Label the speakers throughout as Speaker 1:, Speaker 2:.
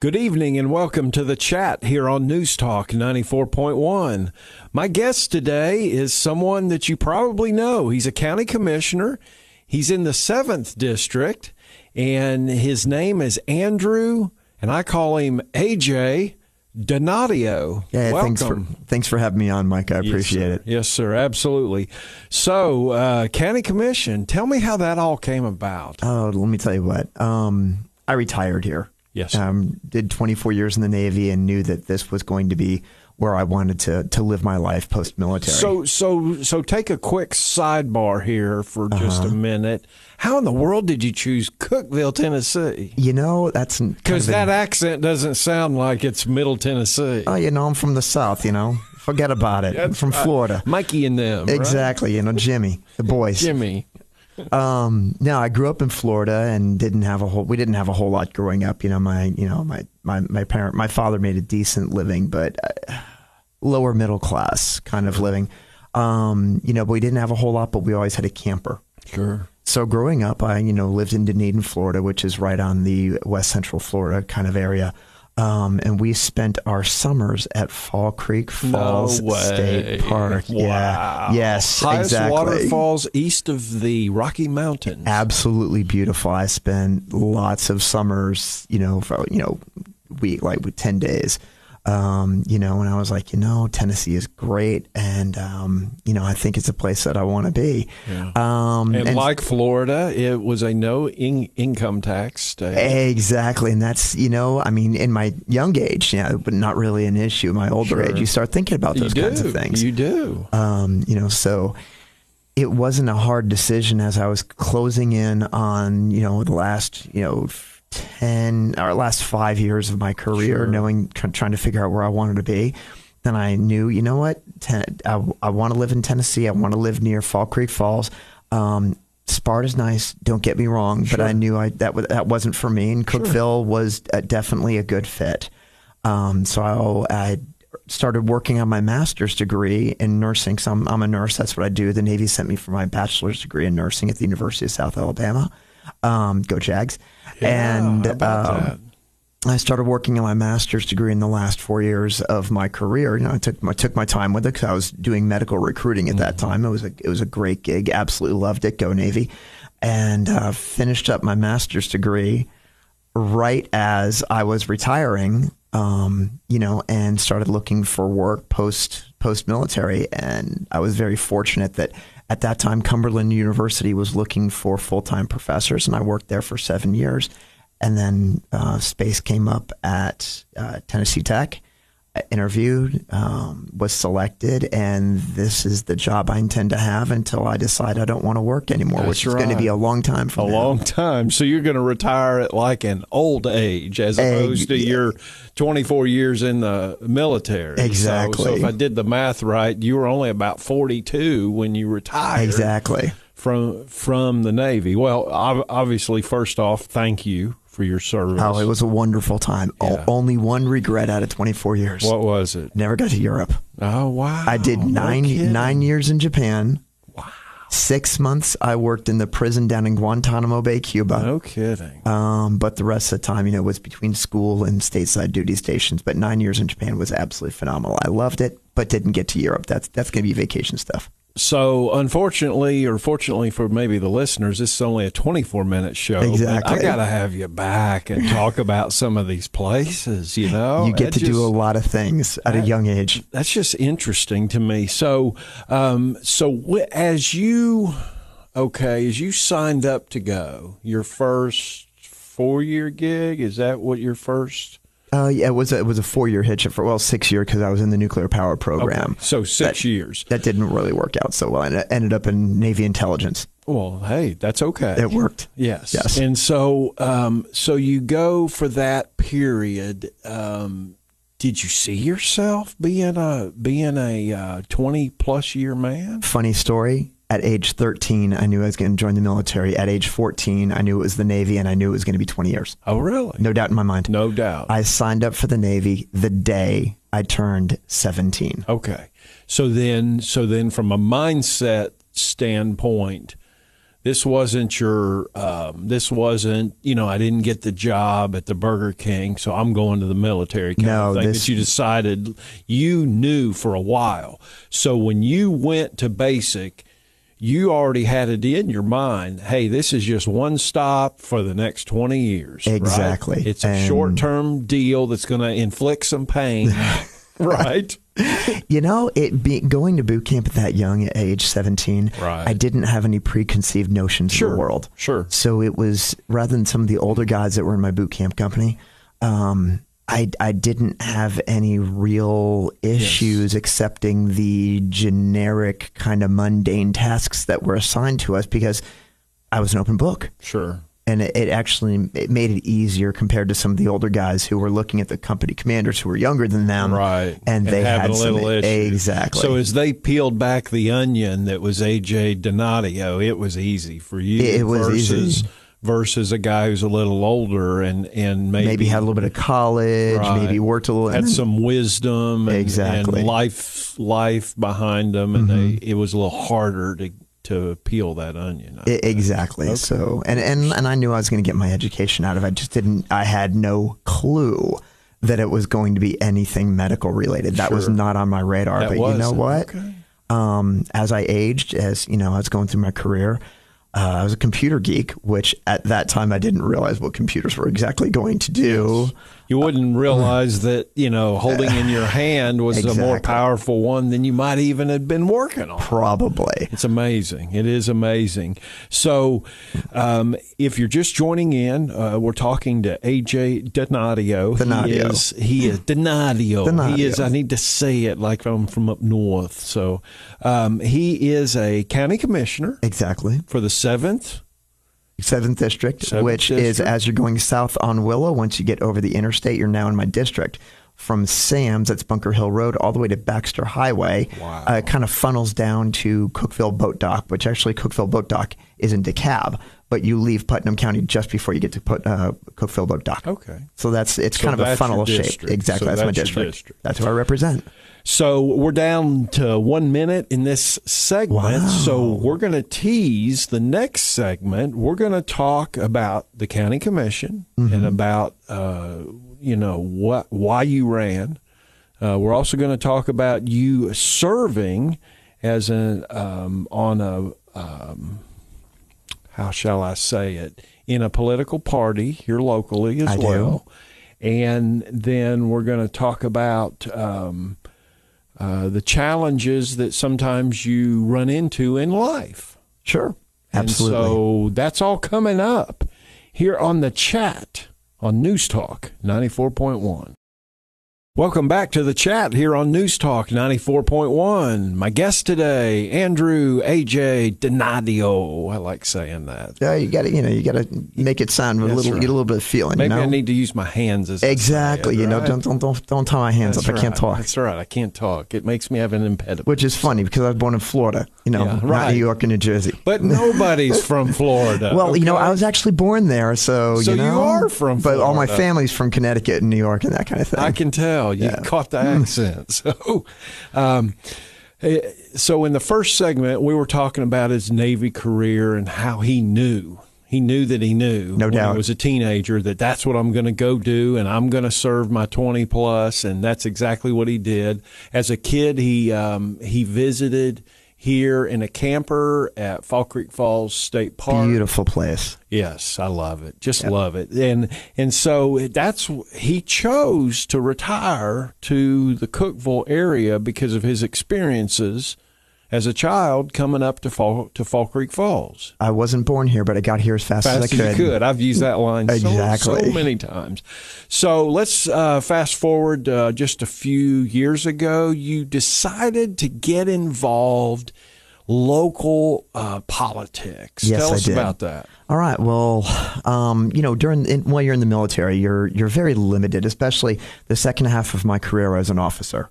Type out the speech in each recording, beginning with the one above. Speaker 1: Good evening and welcome to the chat here on News Talk 94.1. My guest today is someone that you probably know. He's a county commissioner, he's in the 7th district, and his name is Andrew, and I call him AJ Donatio.
Speaker 2: Yeah,
Speaker 1: welcome.
Speaker 2: thanks for thanks for having me on, Mike. I appreciate
Speaker 1: yes,
Speaker 2: it.
Speaker 1: Yes, sir, absolutely. So, uh, county commission, tell me how that all came about.
Speaker 2: Oh, let me tell you what. Um, I retired here.
Speaker 1: Yes.
Speaker 2: Um, did 24 years in the Navy and knew that this was going to be where I wanted to to live my life post military.
Speaker 1: So so so take a quick sidebar here for just
Speaker 2: Uh-huh.
Speaker 1: a minute. How in the world did you choose Cookville, Tennessee?
Speaker 2: you know, that's kind
Speaker 1: Because
Speaker 2: of an-
Speaker 1: that accent doesn't sound like it's Middle Tennessee.
Speaker 2: oh, you know, I'm from the South. You know, forget about it. I'm from Florida.
Speaker 1: Mikey and them. right?
Speaker 2: Exactly. You know, Jimmy, the boys.
Speaker 1: Jimmy.
Speaker 2: Um, no, I grew up in Florida and didn't have a whole. We didn't have a whole lot growing up. You know, my you know my my my parent my father made a decent living, but uh, lower middle class kind of living. Um, you know, but we didn't have a whole lot, but we always had a camper.
Speaker 1: Sure.
Speaker 2: So growing up, I you know lived in Dunedin, Florida, which is right on the west central Florida kind of area. Um, and we spent our summers at Fall Creek Falls
Speaker 1: way.
Speaker 2: State Park.
Speaker 1: Wow.
Speaker 2: Yeah. Yes.
Speaker 1: Highest
Speaker 2: exactly.
Speaker 1: waterfalls east of the Rocky Mountains.
Speaker 2: absolutely beautiful. I spent lots of summers, you know, for, you know, week like with ten days. Um, you know, and I was like, you know, Tennessee is great, and um, you know, I think it's a place that I want to be. Um,
Speaker 1: and, like Florida, it was a no in- income tax state.
Speaker 2: Exactly, and that's you know, I mean, in my young age, yeah, but not really an issue. My older
Speaker 1: Sure.
Speaker 2: age, you start thinking about
Speaker 1: you
Speaker 2: those
Speaker 1: do.
Speaker 2: kinds of things.
Speaker 1: You do.
Speaker 2: um, you know, so it wasn't a hard decision as I was closing in on, you know, the last, you know, 10 or last five years of my career, knowing, tr- trying to figure out where I wanted to be. Then I knew, you know what, ten, I, I want to live in Tennessee. I want to live near Fall Creek Falls. Um, Sparta's nice, don't get me wrong, but I knew I, that, wa- that wasn't for me. And Cookville was uh, definitely a good fit. Um, so I, I started working on my master's degree in nursing. So I'm, I'm a nurse. That's what I do. The Navy sent me for my bachelor's degree in nursing at the University of South Alabama. Um, go Jags! and
Speaker 1: how about
Speaker 2: um,
Speaker 1: that?
Speaker 2: I started working on my master's degree in the last four years of my career. You know, I took my, took my time with it because I was doing medical recruiting at that time. It was a it was a great gig. Absolutely loved it. Go Navy, and uh, finished up my master's degree right as I was retiring. Um, you know, and started looking for work post post military. And I was very fortunate that at that time Cumberland University was looking for full time professors, and I worked there for seven years and then uh, space came up at uh, Tennessee Tech. I interviewed, um, was selected, and this is the job I intend to have until I decide I don't want to work anymore, which
Speaker 1: That's
Speaker 2: is going
Speaker 1: right.
Speaker 2: to be a long time from
Speaker 1: a
Speaker 2: now.
Speaker 1: long time. So you're going to retire at like an old age as opposed to your 24 years in the military. So- So,
Speaker 2: Exactly.
Speaker 1: if I did the math right, you were only about 42 when you retired
Speaker 2: Exactly.
Speaker 1: from from the Navy. Well, ob- obviously, first off, thank you for your service.
Speaker 2: Oh, it was a wonderful time. O-
Speaker 1: Yeah.
Speaker 2: only one regret out of 24 years.
Speaker 1: what was it?
Speaker 2: Never got to Europe.
Speaker 1: Oh, wow.
Speaker 2: I did
Speaker 1: No
Speaker 2: nine
Speaker 1: kidding.
Speaker 2: nine years in Japan. Wow. Six months I worked in the prison down in Guantanamo Bay, Cuba.
Speaker 1: No kidding.
Speaker 2: Um, but the rest of the time, you know, was between school and stateside duty stations. But nine years in Japan was absolutely phenomenal. I loved it, but didn't get to Europe. That's that's going to be vacation stuff.
Speaker 1: So, unfortunately, or fortunately for maybe the listeners, this is only a 24 minute show. but
Speaker 2: Exactly.
Speaker 1: I got to have you back and talk about some of these places, you know?
Speaker 2: you get
Speaker 1: It
Speaker 2: to
Speaker 1: just-
Speaker 2: do a lot of things at a young age.
Speaker 1: That's just interesting to me. So, um, so wh- as you, okay, as you signed up to go, your first four year gig, is that what your first?
Speaker 2: Uh, yeah, it was a, it was a four year hitch for well six year because I was in the nuclear power program.
Speaker 1: So, six
Speaker 2: That-
Speaker 1: years.
Speaker 2: That didn't really work out so well, and I ended up in Navy intelligence.
Speaker 1: Well, hey, that's okay.
Speaker 2: It worked.
Speaker 1: Yes.
Speaker 2: Yes.
Speaker 1: And so, um, so you go for that period. Um, did you see yourself being a being a uh, twenty plus year man?
Speaker 2: Funny story. At age 13, I knew I was going to join the military. At age 14, I knew it was the Navy, and I knew it was going to be 20 years.
Speaker 1: Oh, really?
Speaker 2: No doubt in my mind.
Speaker 1: No doubt.
Speaker 2: I signed up for the Navy the day I turned 17.
Speaker 1: okay. So then, so then, from a mindset standpoint, This wasn't your. Um, this wasn't. You know, I didn't get the job at the Burger King, so I'm going to the military. Kind
Speaker 2: No,
Speaker 1: of thing
Speaker 2: this-
Speaker 1: that you decided you knew for a while. So when you went to basic, you already had it in your mind. Hey, this is just one stop for the next twenty years. right?
Speaker 2: Exactly.
Speaker 1: It's a
Speaker 2: And-
Speaker 1: short term deal that's going to inflict some pain. right.
Speaker 2: You know, it be, going to boot camp at that young at age 17,
Speaker 1: Right.
Speaker 2: I didn't have any preconceived notions of
Speaker 1: Sure,
Speaker 2: the world.
Speaker 1: sure.
Speaker 2: So it was rather than some of the older guys that were in my boot camp company, um, I, I didn't have any real issues accepting the generic kind of mundane tasks that were assigned to us because I was an open book
Speaker 1: Sure.
Speaker 2: and it, it actually it made it easier compared to some of the older guys who were looking at the company commanders who were younger than them,
Speaker 1: Right.
Speaker 2: And they
Speaker 1: having
Speaker 2: had
Speaker 1: a
Speaker 2: some-
Speaker 1: little issue.
Speaker 2: exactly.
Speaker 1: So as they peeled back the onion that was AJ Donadio, it was easy for you.
Speaker 2: It- it was
Speaker 1: versus,
Speaker 2: easy.
Speaker 1: Versus a guy who's a little older and and maybe,
Speaker 2: maybe, had a little bit of college,
Speaker 1: Right.
Speaker 2: maybe worked a little, and
Speaker 1: had
Speaker 2: then-
Speaker 1: some wisdom and,
Speaker 2: Exactly. Mm-hmm.
Speaker 1: and life life behind them, and they, it was a little harder to to peel that onion.
Speaker 2: E- exactly. So, and, and and I knew I was going to get my education out of it. I just didn't. I had no clue that it was going to be anything medical related. That was
Speaker 1: Sure.
Speaker 2: not on my radar.
Speaker 1: That
Speaker 2: but you
Speaker 1: wasn't.
Speaker 2: know what?
Speaker 1: Okay.
Speaker 2: Um, as I aged, as you know, I was going through my career. Uh, I was a computer geek, which at that time I didn't realize what computers were exactly going to do.
Speaker 1: You wouldn't realize that you know holding in your hand was a more
Speaker 2: Exactly.
Speaker 1: powerful one than you might even have been working on.
Speaker 2: Probably.
Speaker 1: It's amazing. It is amazing. So, um, if you're just joining in, uh, we're talking to AJ Donadio.
Speaker 2: Donadio.
Speaker 1: He is, he is Donadio.
Speaker 2: Donadio.
Speaker 1: He is. I need to say it like I'm from up north. So, um, he is a county commissioner
Speaker 2: Exactly.
Speaker 1: for the seventh.
Speaker 2: Seventh District,
Speaker 1: Seventh
Speaker 2: which is
Speaker 1: District.
Speaker 2: as you're going south on Willow. Once you get over the interstate, you're now in my district. From Sam's, that's Bunker Hill Road, all the way to Baxter Highway.
Speaker 1: Wow.
Speaker 2: Uh, it kind of funnels down to Cookville Boat Dock, which actually Cookville Boat Dock is in DeKalb, but you leave Putnam County just before you get to Put, uh, Cookville Boat Dock.
Speaker 1: Okay.
Speaker 2: So that's it's
Speaker 1: So
Speaker 2: kind of a
Speaker 1: that's your
Speaker 2: funnel shape.
Speaker 1: district.
Speaker 2: Exactly.
Speaker 1: So
Speaker 2: that's, my
Speaker 1: that's your
Speaker 2: district.
Speaker 1: district.
Speaker 2: That's who I represent.
Speaker 1: So we're down to one minute in this segment.
Speaker 2: Wow.
Speaker 1: So we're going to tease the next segment. We're going to talk about the county commission
Speaker 2: Mm-hmm.
Speaker 1: and about uh, you know what why you ran. Uh, we're also going to talk about you serving as an um, on a um, how shall I say it, in a political party here locally as
Speaker 2: I do.
Speaker 1: well. And then we're going to talk about um, uh, the challenges that sometimes you run into in life.
Speaker 2: Sure. Absolutely.
Speaker 1: And so that's all coming up here on the chat on News Talk 94.1. Welcome back to the chat here on News Talk 94.1. My guest today, Andrew A.J. Donadio. I like saying that.
Speaker 2: yeah, you got to you know you got to make it sound a
Speaker 1: That's
Speaker 2: little
Speaker 1: right.
Speaker 2: get a little bit of feeling.
Speaker 1: Maybe
Speaker 2: you know?
Speaker 1: I need to use my hands as I say it,
Speaker 2: Exactly. You know,
Speaker 1: right?
Speaker 2: don't don't don't don't tie my hands
Speaker 1: That's
Speaker 2: up. I can't
Speaker 1: right.
Speaker 2: talk.
Speaker 1: That's right. I can't talk. It makes me have an impediment.
Speaker 2: Which is funny because I was born in Florida. You know,
Speaker 1: Yeah,
Speaker 2: not
Speaker 1: right.
Speaker 2: New York and New Jersey.
Speaker 1: But nobody's from Florida.
Speaker 2: Well, you know,
Speaker 1: okay?
Speaker 2: I was actually born there, so,
Speaker 1: So you
Speaker 2: know,
Speaker 1: are from
Speaker 2: But all my
Speaker 1: Florida.
Speaker 2: family's from Connecticut and New York and that kind of thing.
Speaker 1: I can tell you caught the
Speaker 2: Mm-hmm.
Speaker 1: accent. So, um, eh, so in the first segment, we were talking about his Navy career and how he knew. He knew that he knew
Speaker 2: No
Speaker 1: when
Speaker 2: doubt.
Speaker 1: he was a teenager that that's what I'm going to go do and I'm going to serve my 20 plus and that's exactly what he did. As a kid, he um, he visited here in a camper at Fall Creek Falls State Park.
Speaker 2: Beautiful place.
Speaker 1: Yes, I love it. Just love it. And and so that's he chose to retire to the Cookville area because of his experiences as a child coming up to Fall to Fall Creek Falls.
Speaker 2: I wasn't born here, but I got here as fast,
Speaker 1: Fast
Speaker 2: as I could.
Speaker 1: you could. I've used that line so- so,
Speaker 2: Exactly.
Speaker 1: many times. So let's uh, fast forward uh, just a few years ago. You decided to get involved local uh, politics.
Speaker 2: Yes,
Speaker 1: Tell
Speaker 2: I
Speaker 1: us
Speaker 2: did.
Speaker 1: about that.
Speaker 2: All right. Well, um, you know, during in, while you're in the military, you're you're very limited, especially the second half of my career as an officer.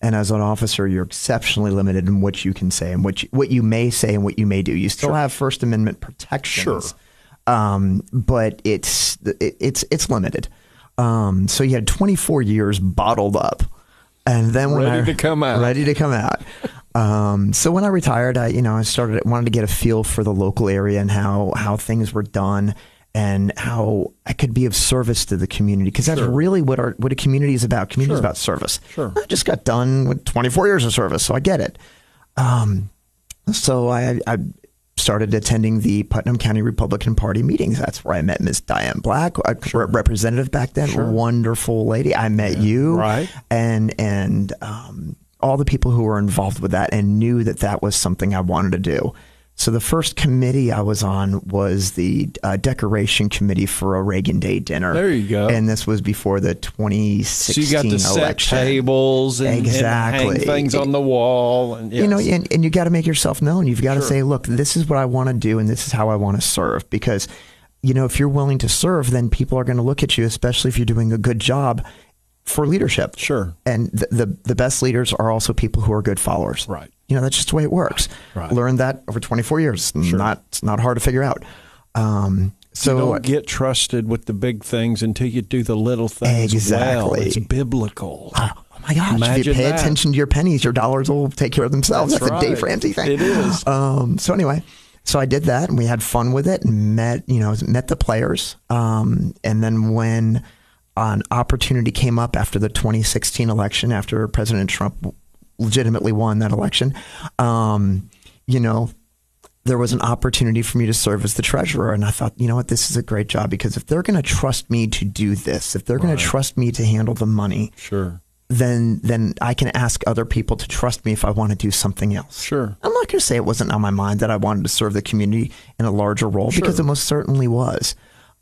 Speaker 2: And as an officer, you're exceptionally limited in what you can say and what you, what you may say and what you may do. You still have First Amendment protections, sure, um, but it's it, it's it's limited. Um, so you had 24 years bottled up, and then when
Speaker 1: Ready
Speaker 2: I-
Speaker 1: to come out.
Speaker 2: ready to come out. Um, so when I retired, I you know I started wanted to get a feel for the local area and how how things were done and how I could be of service to the community because that's
Speaker 1: Sure.
Speaker 2: really what our what a community is about. Community is
Speaker 1: Sure.
Speaker 2: about service.
Speaker 1: Sure.
Speaker 2: I just got done with 24 years of service, so I get it. Um, so I, I started attending the Putnam County Republican Party meetings. That's where I met Miss Diane Black, a rep- representative back then. Wonderful lady. I met you,
Speaker 1: Right.
Speaker 2: And and um, all the people who were involved with that and knew that that was something I wanted to do. So the first committee I was on was the uh, decoration committee for a Reagan Day dinner.
Speaker 1: There you go.
Speaker 2: And this was before the 2016
Speaker 1: So you got to set
Speaker 2: election.
Speaker 1: tables and, and
Speaker 2: Exactly.
Speaker 1: hang things on the wall. And,
Speaker 2: You know,
Speaker 1: yes.
Speaker 2: and, and you got to make yourself known. You've got to
Speaker 1: Sure.
Speaker 2: say, look, this is what I want to do and this is how I want to serve. Because, you know, if you're willing to serve, then people are going to look at you, especially if you're doing a good job for leadership.
Speaker 1: Sure.
Speaker 2: And the, the, the best leaders are also people who are good followers.
Speaker 1: Right.
Speaker 2: You know, that's just the way it works.
Speaker 1: Right.
Speaker 2: Learned that over 24 years. Not, it's not hard to figure out. Um, so
Speaker 1: you don't get trusted with the big things until you do the little things well.
Speaker 2: Exactly.
Speaker 1: It's biblical.
Speaker 2: Oh my gosh! if you
Speaker 1: Imagine
Speaker 2: pay
Speaker 1: that.
Speaker 2: attention to your pennies, your dollars will take care of themselves. That's,
Speaker 1: That's
Speaker 2: a Dave
Speaker 1: right.
Speaker 2: Ramsey thing.
Speaker 1: It is.
Speaker 2: Um, so anyway, so I did that, and we had fun with it, and met you know met the players, um, and then when an opportunity came up after the 2016 election, after President Trump legitimately won that election, um, you know. There was an opportunity for me to serve as the treasurer, and I thought, you know what, this is a great job because if they're going to trust me to do this, if they're going to trust me to handle the money,
Speaker 1: Sure.
Speaker 2: then then I can ask other people to trust me if I want to do something else.
Speaker 1: Sure.
Speaker 2: I'm not going to say it wasn't on my mind that I wanted to serve the community in a larger role because it most certainly was.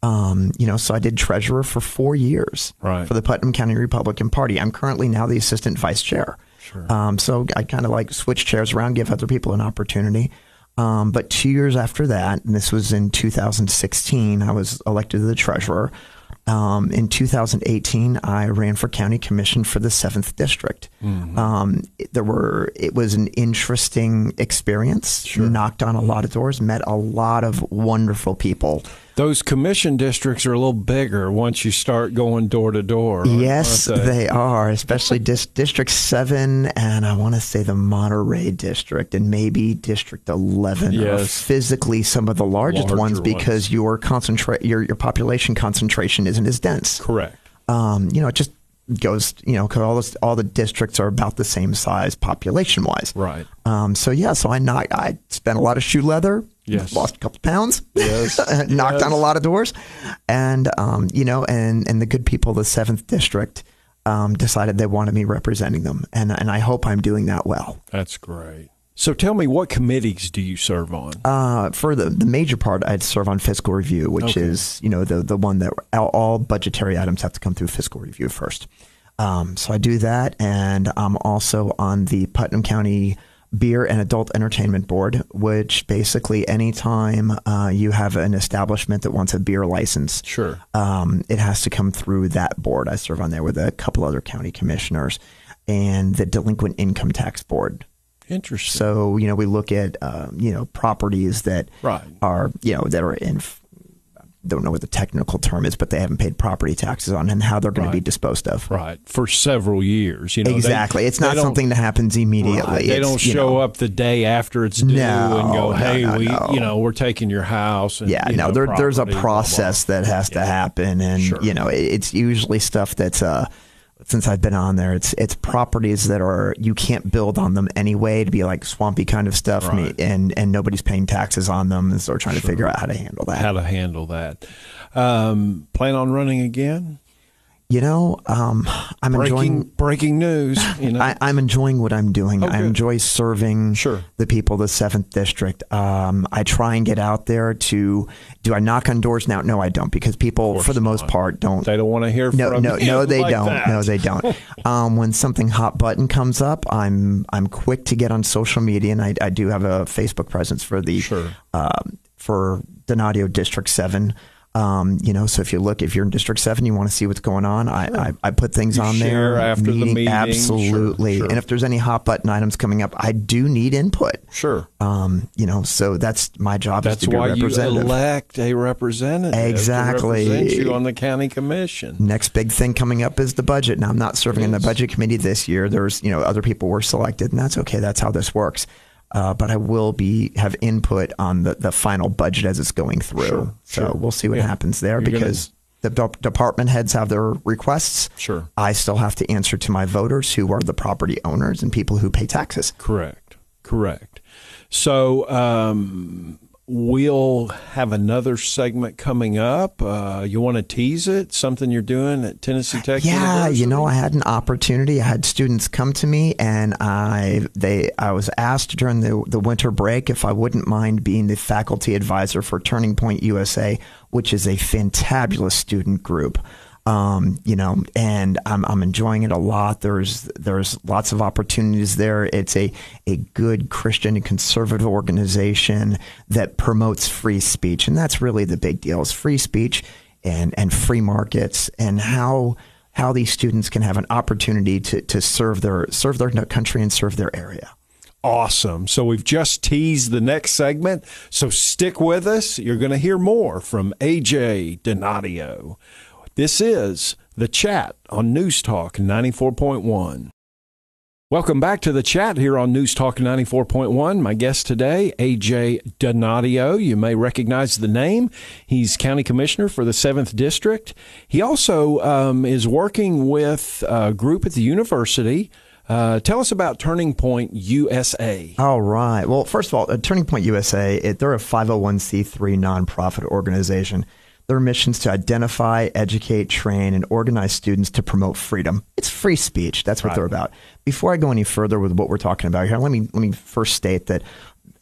Speaker 2: Um, you know, so I did treasurer for four years
Speaker 1: Right.
Speaker 2: for the Putnam County Republican Party. I'm currently now the assistant vice chair. Sure. Um, so I kind of like switch chairs around, give other people an opportunity. Um, but two years after that, and this was in 2016, I was elected the treasurer. Um, in 2018, I ran for county commission for the seventh district. Um, it- there were it was an interesting experience. Knocked on a lot of doors, met a lot of wonderful people.
Speaker 1: Those commission districts are a little bigger once you start going door to door. aren't-
Speaker 2: Yes,
Speaker 1: aren't
Speaker 2: they are, especially dis- District 7 and I want to say the Monterey District and maybe District 11 are
Speaker 1: Yes.
Speaker 2: physically some of the largest
Speaker 1: Larger ones.
Speaker 2: ones because your concentra- your your population concentration isn't as dense.
Speaker 1: Correct.
Speaker 2: Um, you know, it just goes, you know, cuz all this, all the districts are about the same size population-wise.
Speaker 1: Right.
Speaker 2: Um, so yeah, so I knocked, I spent a lot of shoe leather.
Speaker 1: Yes.
Speaker 2: Lost a couple pounds.
Speaker 1: Yes.
Speaker 2: knocked
Speaker 1: Yes.
Speaker 2: on a lot of doors, and um, you know, and and the good people of the seventh district um, decided they wanted me representing them, and and I hope I'm doing that well.
Speaker 1: That's great. So tell me, what committees do you serve on?
Speaker 2: Uh, for the, the major part, I'd serve on fiscal review, which is you know the the one that all, all budgetary items have to come through fiscal review first. Um, so I do that, and I'm also on the Putnam County Beer and Adult Entertainment Board, which basically anytime uh, you have an establishment that wants a beer license,
Speaker 1: Sure.
Speaker 2: um, it has to come through that board. I serve on there with a couple other county commissioners and the Delinquent Income Tax Board.
Speaker 1: Interesting.
Speaker 2: So you know, we look at um, you know properties that
Speaker 1: Right.
Speaker 2: are you know that are in. Don't know what the technical term is, but they haven't paid property taxes on, and how they're going to be
Speaker 1: Right.
Speaker 2: disposed of.
Speaker 1: right. For several years, you know. they-
Speaker 2: exactly, it's
Speaker 1: they
Speaker 2: not
Speaker 1: don't-
Speaker 2: something that happens immediately.
Speaker 1: Right. They
Speaker 2: It's,
Speaker 1: don't
Speaker 2: you
Speaker 1: show
Speaker 2: know,
Speaker 1: up the day after it's due
Speaker 2: No,
Speaker 1: and go,
Speaker 2: no,
Speaker 1: "Hey,
Speaker 2: no,
Speaker 1: we,
Speaker 2: no.
Speaker 1: you know, we're taking your house." And,
Speaker 2: Yeah,
Speaker 1: you
Speaker 2: no,
Speaker 1: know,
Speaker 2: there, there's a
Speaker 1: property, blah, blah.
Speaker 2: process that has to happen, and
Speaker 1: Sure.
Speaker 2: you know, it, it's usually stuff that's uh, since I've been on there, it's it's properties that are you can't build on them anyway to be like swampy kind of stuff, and-
Speaker 1: Right.
Speaker 2: and and nobody's paying taxes on them, and so we're trying to figure out how to handle that.
Speaker 1: How to handle that? Um, plan on running again?
Speaker 2: you know, um, I'm
Speaker 1: Breaking
Speaker 2: enjoying.
Speaker 1: breaking news. You know, Oh,
Speaker 2: I, I'm enjoying what I'm doing. I
Speaker 1: good.
Speaker 2: enjoy serving
Speaker 1: Sure.
Speaker 2: the people of the seventh district. Um, I try and get out there to. Do I knock on doors now? No, I don't, because people, for the most part, don't.
Speaker 1: they don't want to hear
Speaker 2: no,
Speaker 1: from
Speaker 2: no,
Speaker 1: you
Speaker 2: no, they
Speaker 1: like
Speaker 2: don't.
Speaker 1: that.
Speaker 2: No, they don't. um, when something hot button comes up, I'm I'm quick to get on social media, and I, I do have a Facebook presence for the
Speaker 1: Sure.
Speaker 2: um, for Donadio District Seven. Um, you know, so if you look, if you're in District Seven, you want to see what's going on. I, I, I put things
Speaker 3: You
Speaker 2: on
Speaker 3: share
Speaker 2: there
Speaker 3: after the meeting.
Speaker 2: absolutely.
Speaker 3: Sure, sure.
Speaker 2: And if there's any hot button items coming up, I do need input.
Speaker 3: Sure.
Speaker 2: Um, you know, so that's my job. is
Speaker 1: That's
Speaker 2: to be
Speaker 1: why
Speaker 2: a
Speaker 1: you
Speaker 2: representative.
Speaker 1: elect a representative.
Speaker 2: Exactly.
Speaker 1: To represent you on the county commission.
Speaker 2: Next big thing coming up is the budget. Now, I'm not serving in the budget committee this year. There's, you know, other people were selected, and that's okay. That's how this works. Uh, but I will be have input on the, the final budget as it's going through.
Speaker 3: Sure,
Speaker 2: so
Speaker 3: sure.
Speaker 2: we'll see what
Speaker 3: Yeah.
Speaker 2: happens there
Speaker 3: You're gonna-
Speaker 2: because the de- department heads have their requests.
Speaker 3: Sure.
Speaker 2: I still have to answer to my voters who are the property owners and people who pay taxes.
Speaker 1: Correct. Correct. So um, we'll have another segment coming up. Uh, you want to tease it? Something you're doing at Tennessee Tech?
Speaker 2: Yeah,
Speaker 1: University?
Speaker 2: you know, I had an opportunity. I had students come to me, and I they I was asked during the the winter break if I wouldn't mind being the faculty advisor for Turning Point USA, which is a fantabulous student group. Um, you know, and I'm I'm enjoying it a lot. There's there's lots of opportunities there. It's a a good Christian and conservative organization that promotes free speech, and that's really the big deal. Is free speech and and free markets and how how these students can have an opportunity to, to serve their serve their country and serve their area.
Speaker 1: awesome. So we've just teased the next segment. So stick with us. You're going to hear more from AJ Donadio. This is The Chat on News Talk 94.1. Welcome back to the chat here on News Talk 94.1. My guest today, AJ Donadio. You may recognize the name. He's County Commissioner for the 7th District. He also um, is working with a group at the university. Uh, tell us about Turning Point USA.
Speaker 2: All right. Well, first of all, uh, Turning Point USA, it, they're a 501c3 nonprofit organization. Their mission is to identify, educate, train, and organize students to promote freedom. It's free speech. That's what they're about. Before I go any further with what we're talking about here, let me let me first state that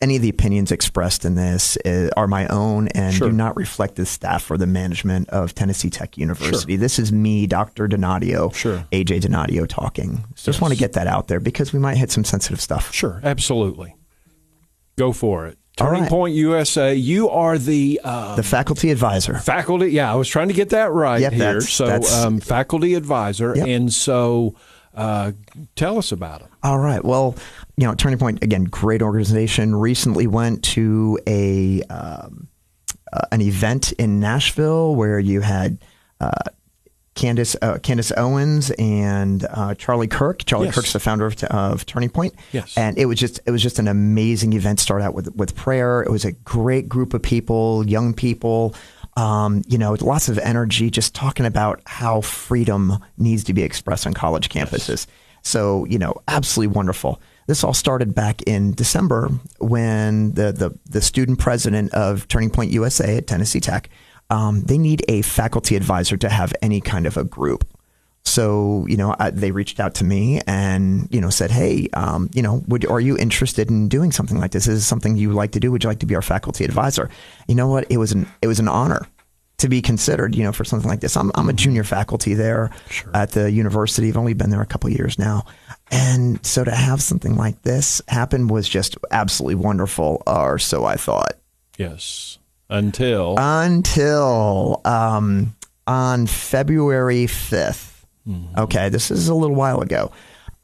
Speaker 2: any of the opinions expressed in this uh, are my own and do not reflect the staff or the management of Tennessee Tech University. This is me, Dr. Donadio,
Speaker 1: Sure.
Speaker 2: AJ Donadio talking. Just want to get that out there because we might hit some sensitive stuff.
Speaker 1: Sure, absolutely. Go for it.
Speaker 2: All
Speaker 1: Turning
Speaker 2: right.
Speaker 1: Point USA, you are the uh,
Speaker 2: the faculty advisor.
Speaker 1: faculty. Yeah, I was trying to get that right
Speaker 2: Yep,
Speaker 1: here.
Speaker 2: that's-
Speaker 1: so,
Speaker 2: that's-
Speaker 1: um, faculty advisor,
Speaker 2: Yep.
Speaker 1: and so uh, tell us about it.
Speaker 2: All right. Well, you know, Turning Point again, great organization. Recently went to a um, uh, an event in Nashville where you had uh, Candace uh, Candace Owens and uh, Charlie Kirk. Charlie
Speaker 1: Yes.
Speaker 2: Kirk's the founder of, of Turning Point.
Speaker 1: Yes.
Speaker 2: And it was just it was just an amazing event. Start out with with prayer. It was a great group of people, young people. Um, you know, lots of energy, just talking about how freedom needs to be expressed on college campuses. So you know, absolutely wonderful. This all started back in December when the the, the student president of Turning Point USA at Tennessee Tech um, they need a faculty advisor to have any kind of a group. So you know, I, they reached out to me and you know said, "Hey, um, you know, would, are you interested in doing something like this? Is this something you would like to do? Would you like to be our faculty advisor?" You know what? It was an it was an honor to be considered, you know, for something like this. I'm, I'm a junior faculty there at the university. I've only been there a couple of years now. And so to have something like this happen was just absolutely wonderful, or so I thought
Speaker 1: Yes. Until
Speaker 2: Uh, until um, on February 5th.
Speaker 1: Mm-hmm.
Speaker 2: Okay, this is a little while ago.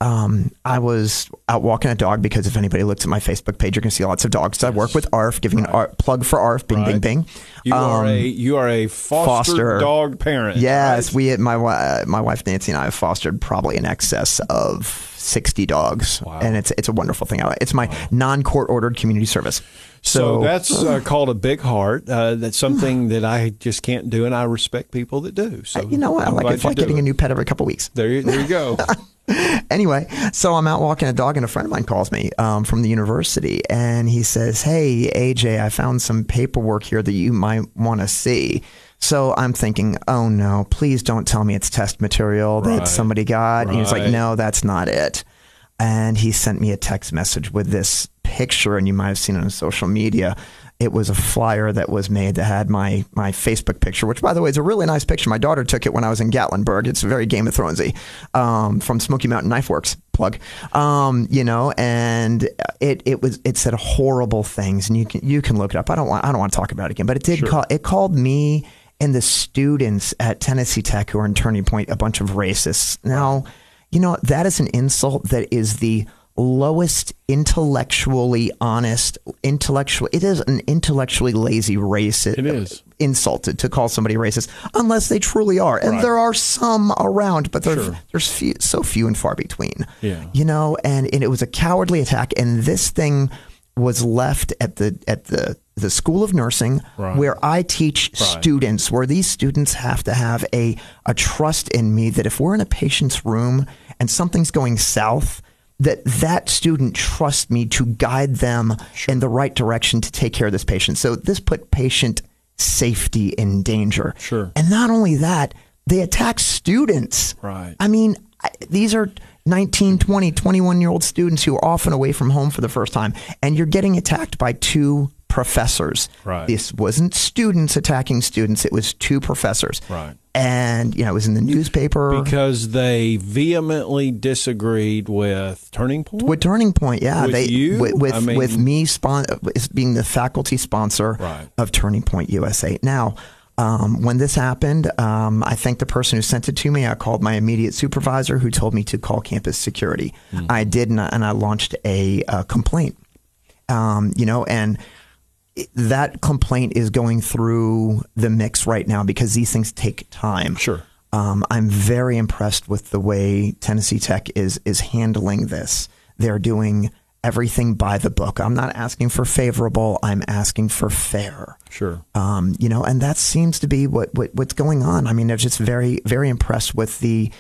Speaker 2: Um, I was out walking a dog because if anybody looks at my Facebook page, you can see lots of dogs. I work with ARF, giving an ARF, plug for ARF, bing,
Speaker 1: Right.
Speaker 2: bing, bing.
Speaker 1: you are a you are a foster,
Speaker 2: um, foster.
Speaker 1: dog parent.
Speaker 2: Yes,
Speaker 1: right?
Speaker 2: we my wi- uh, my wife Nancy and I have fostered probably in excess of sixty dogs, and it's it's a wonderful thing. I- It's my non court ordered community service.
Speaker 1: So, that's uh, called a big heart. Uh, that's something that I just can't do, and I respect people that do. So
Speaker 2: you know what? I
Speaker 1: I'm
Speaker 2: like
Speaker 1: glad
Speaker 2: it's
Speaker 1: you
Speaker 2: like
Speaker 1: do
Speaker 2: getting
Speaker 1: it.
Speaker 2: a new pet every couple weeks.
Speaker 1: There, you- there you go.
Speaker 2: anyway, so I'm out walking a dog, and a friend of mine calls me um, from the university, and he says, "Hey, AJ, I found some paperwork here that you might want to see." So I'm thinking, "Oh no, please don't tell me it's test material that
Speaker 1: Right.
Speaker 2: somebody got." And he was like,
Speaker 1: Right.
Speaker 2: "No, that's not it." And he sent me a text message with this picture, and you might have seen it on social media. It was a flyer that was made that had my my Facebook picture, which, by the way, is a really nice picture. My daughter took it when I was in Gatlinburg. It's very Game of Thronesy um, from Smoky Mountain Knife Works plug, um, you know. And it it was it said horrible things, and you can you can look it up. I don't want I don't want to talk about it again, but it did call it called me and the students at Tennessee Tech who are in Turning Point a bunch of racists. Now, you know, that is an insult that is the lowest intellectually honest intellectual it is an intellectually lazy racist
Speaker 1: It is.
Speaker 2: insulted to call somebody racist unless they truly are and
Speaker 1: Right.
Speaker 2: there are some around but there's
Speaker 1: Sure.
Speaker 2: there's few, so few and far between
Speaker 1: Yeah.
Speaker 2: you know and, and it was a cowardly attack and this thing was left at the at the the school of nursing
Speaker 1: Right.
Speaker 2: where i teach
Speaker 1: Right.
Speaker 2: students where these students have to have a a trust in me that if we're in a patient's room and something's going south that that student trusts me to guide them in the right direction to take care of this patient so this put patient safety in danger
Speaker 1: Sure.
Speaker 2: and not only that they attack students
Speaker 1: Right.
Speaker 2: I mean, I- these are 19, 20, 21 year old students who are often away from home for the first time, and you're getting attacked by two professors.
Speaker 1: Right.
Speaker 2: This wasn't students attacking students, it was two professors.
Speaker 1: Right.
Speaker 2: And, you know, it was in the newspaper.
Speaker 1: because they vehemently disagreed with Turning Point.
Speaker 2: with Turning Point, yeah,
Speaker 1: With
Speaker 2: they
Speaker 1: you?
Speaker 2: with with,
Speaker 1: I mean-
Speaker 2: with me spon- as being the faculty sponsor
Speaker 1: Right.
Speaker 2: of Turning Point USA. Now, um, when this happened, um, I think the person who sent it to me, I called my immediate supervisor, who told me to call campus security.
Speaker 1: Hmm.
Speaker 2: I did, and I, and I launched a, uh complaint. Um, you know, and it- that complaint is going through the mix right now because these things take time.
Speaker 1: Sure.
Speaker 2: Um, I'm very impressed with the way Tennessee Tech is is handling this. They're doing everything by the book. I'm not asking for favorable. I'm asking for fair.
Speaker 1: Sure.
Speaker 2: Um, you know, and that seems to be what, what what's going on. I mean, I'm just very very impressed with the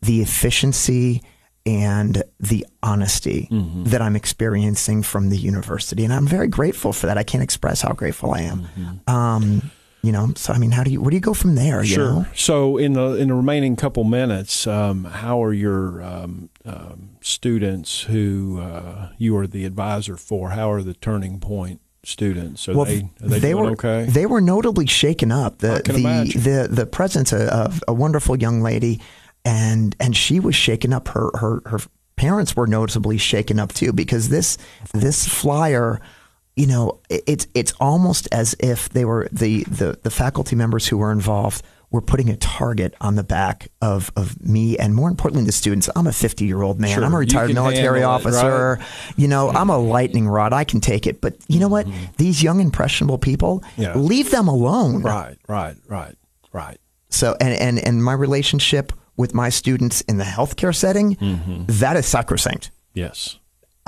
Speaker 2: the efficiency and the honesty that I'm experiencing from the university, and I'm very grateful for that. I can't express how grateful I am. Um, you know, so I mean, how do you where do you go from there? you know?
Speaker 1: So in the in the remaining couple minutes, um, how are your um, um, students who uh, you are the advisor for? How are the Turning Point students? Are they are they, doing
Speaker 2: were
Speaker 1: okay?
Speaker 2: They were notably shaken up. The
Speaker 1: I can
Speaker 2: the,
Speaker 1: imagine.
Speaker 2: the the presence of, of a wonderful young lady, and and she was shaken up. Her her her parents were noticeably shaken up too because this this flyer. You know, it- it's it's almost as if they were the, the, the faculty members who were involved were putting a target on the back of, of me and more importantly the students. I'm a 50 year old man.
Speaker 1: Sure.
Speaker 2: I'm a
Speaker 1: You
Speaker 2: retired
Speaker 1: can
Speaker 2: military
Speaker 1: handle it, right?
Speaker 2: officer. You know, I'm a lightning rod. I can take it. But you know what? These young impressionable people,
Speaker 1: Mm-hmm. Yeah.
Speaker 2: leave them alone.
Speaker 1: right, right, right, right.
Speaker 2: So and and and my relationship with my students in the healthcare setting, that is sacrosanct.
Speaker 1: Yes.
Speaker 2: I,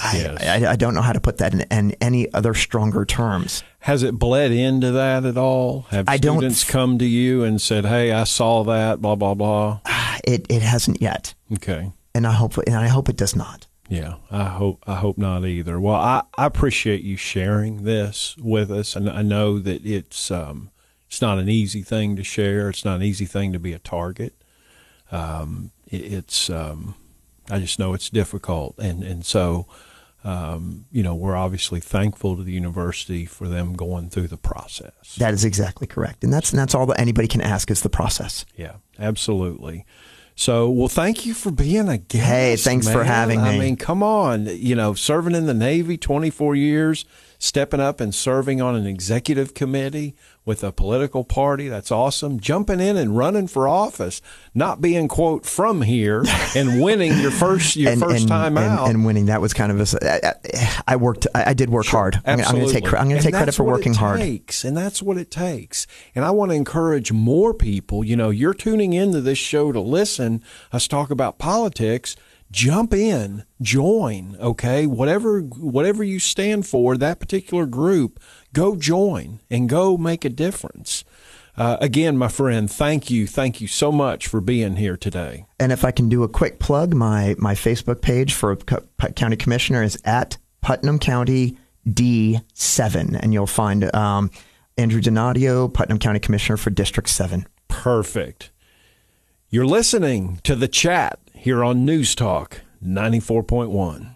Speaker 1: Mm-hmm. Yes.
Speaker 2: I, I don't know how to put that in, in any other stronger terms.
Speaker 1: Has it bled into that at all? Have
Speaker 2: I don't-
Speaker 1: students come to you and said, "Hey, I saw that," blah blah blah.
Speaker 2: Ah, It it hasn't yet,
Speaker 1: Okay.
Speaker 2: and I hope and I hope it does not.
Speaker 1: Yeah, I hope I hope not either. Well, I, I appreciate you sharing this with us, and I know that it's um, it's not an easy thing to share. It's not an easy thing to be a target. Um, it, it's um, I just know it's difficult, and and so um, you know we're obviously thankful to the university for them going through the process.
Speaker 2: That is exactly correct, and that's and that's all that anybody can ask is the process.
Speaker 1: Yeah, absolutely. So, well, thank you for being a guest.
Speaker 2: Hey, thanks for
Speaker 1: man.
Speaker 2: having
Speaker 1: I
Speaker 2: me.
Speaker 1: mean, come on. You know, serving in the Navy 24 years, stepping up and serving on an executive committee with a political party. That's awesome. Jumping in and running for office, not being, quote, from here and winning your first, your first time
Speaker 2: and,
Speaker 1: out.
Speaker 2: and winning that was kind of a I, I- I worked I, I did work hard I'm gonna- I'm gonna take cre- I'm gonna
Speaker 1: And
Speaker 2: take credit
Speaker 1: that's
Speaker 2: for
Speaker 1: what
Speaker 2: working
Speaker 1: it
Speaker 2: hard
Speaker 1: takes, and that's what it takes. And I want to encourage more people. You know, you're tuning into this show to listen us talk about politics. Jump in, join. Okay, whatever whatever you stand for, that particular group, go join and go make a difference. Uh, again, my friend, thank you, thank you so much for being here today.
Speaker 2: and if I can do a quick plug my my Facebook page for co- P- county commissioner is at Putnam County D7 and you'll find um, Andrew Donadio Putnam County Commissioner for District 7
Speaker 1: Perfect. You're listening to the chat here on News Talk ninety four point one.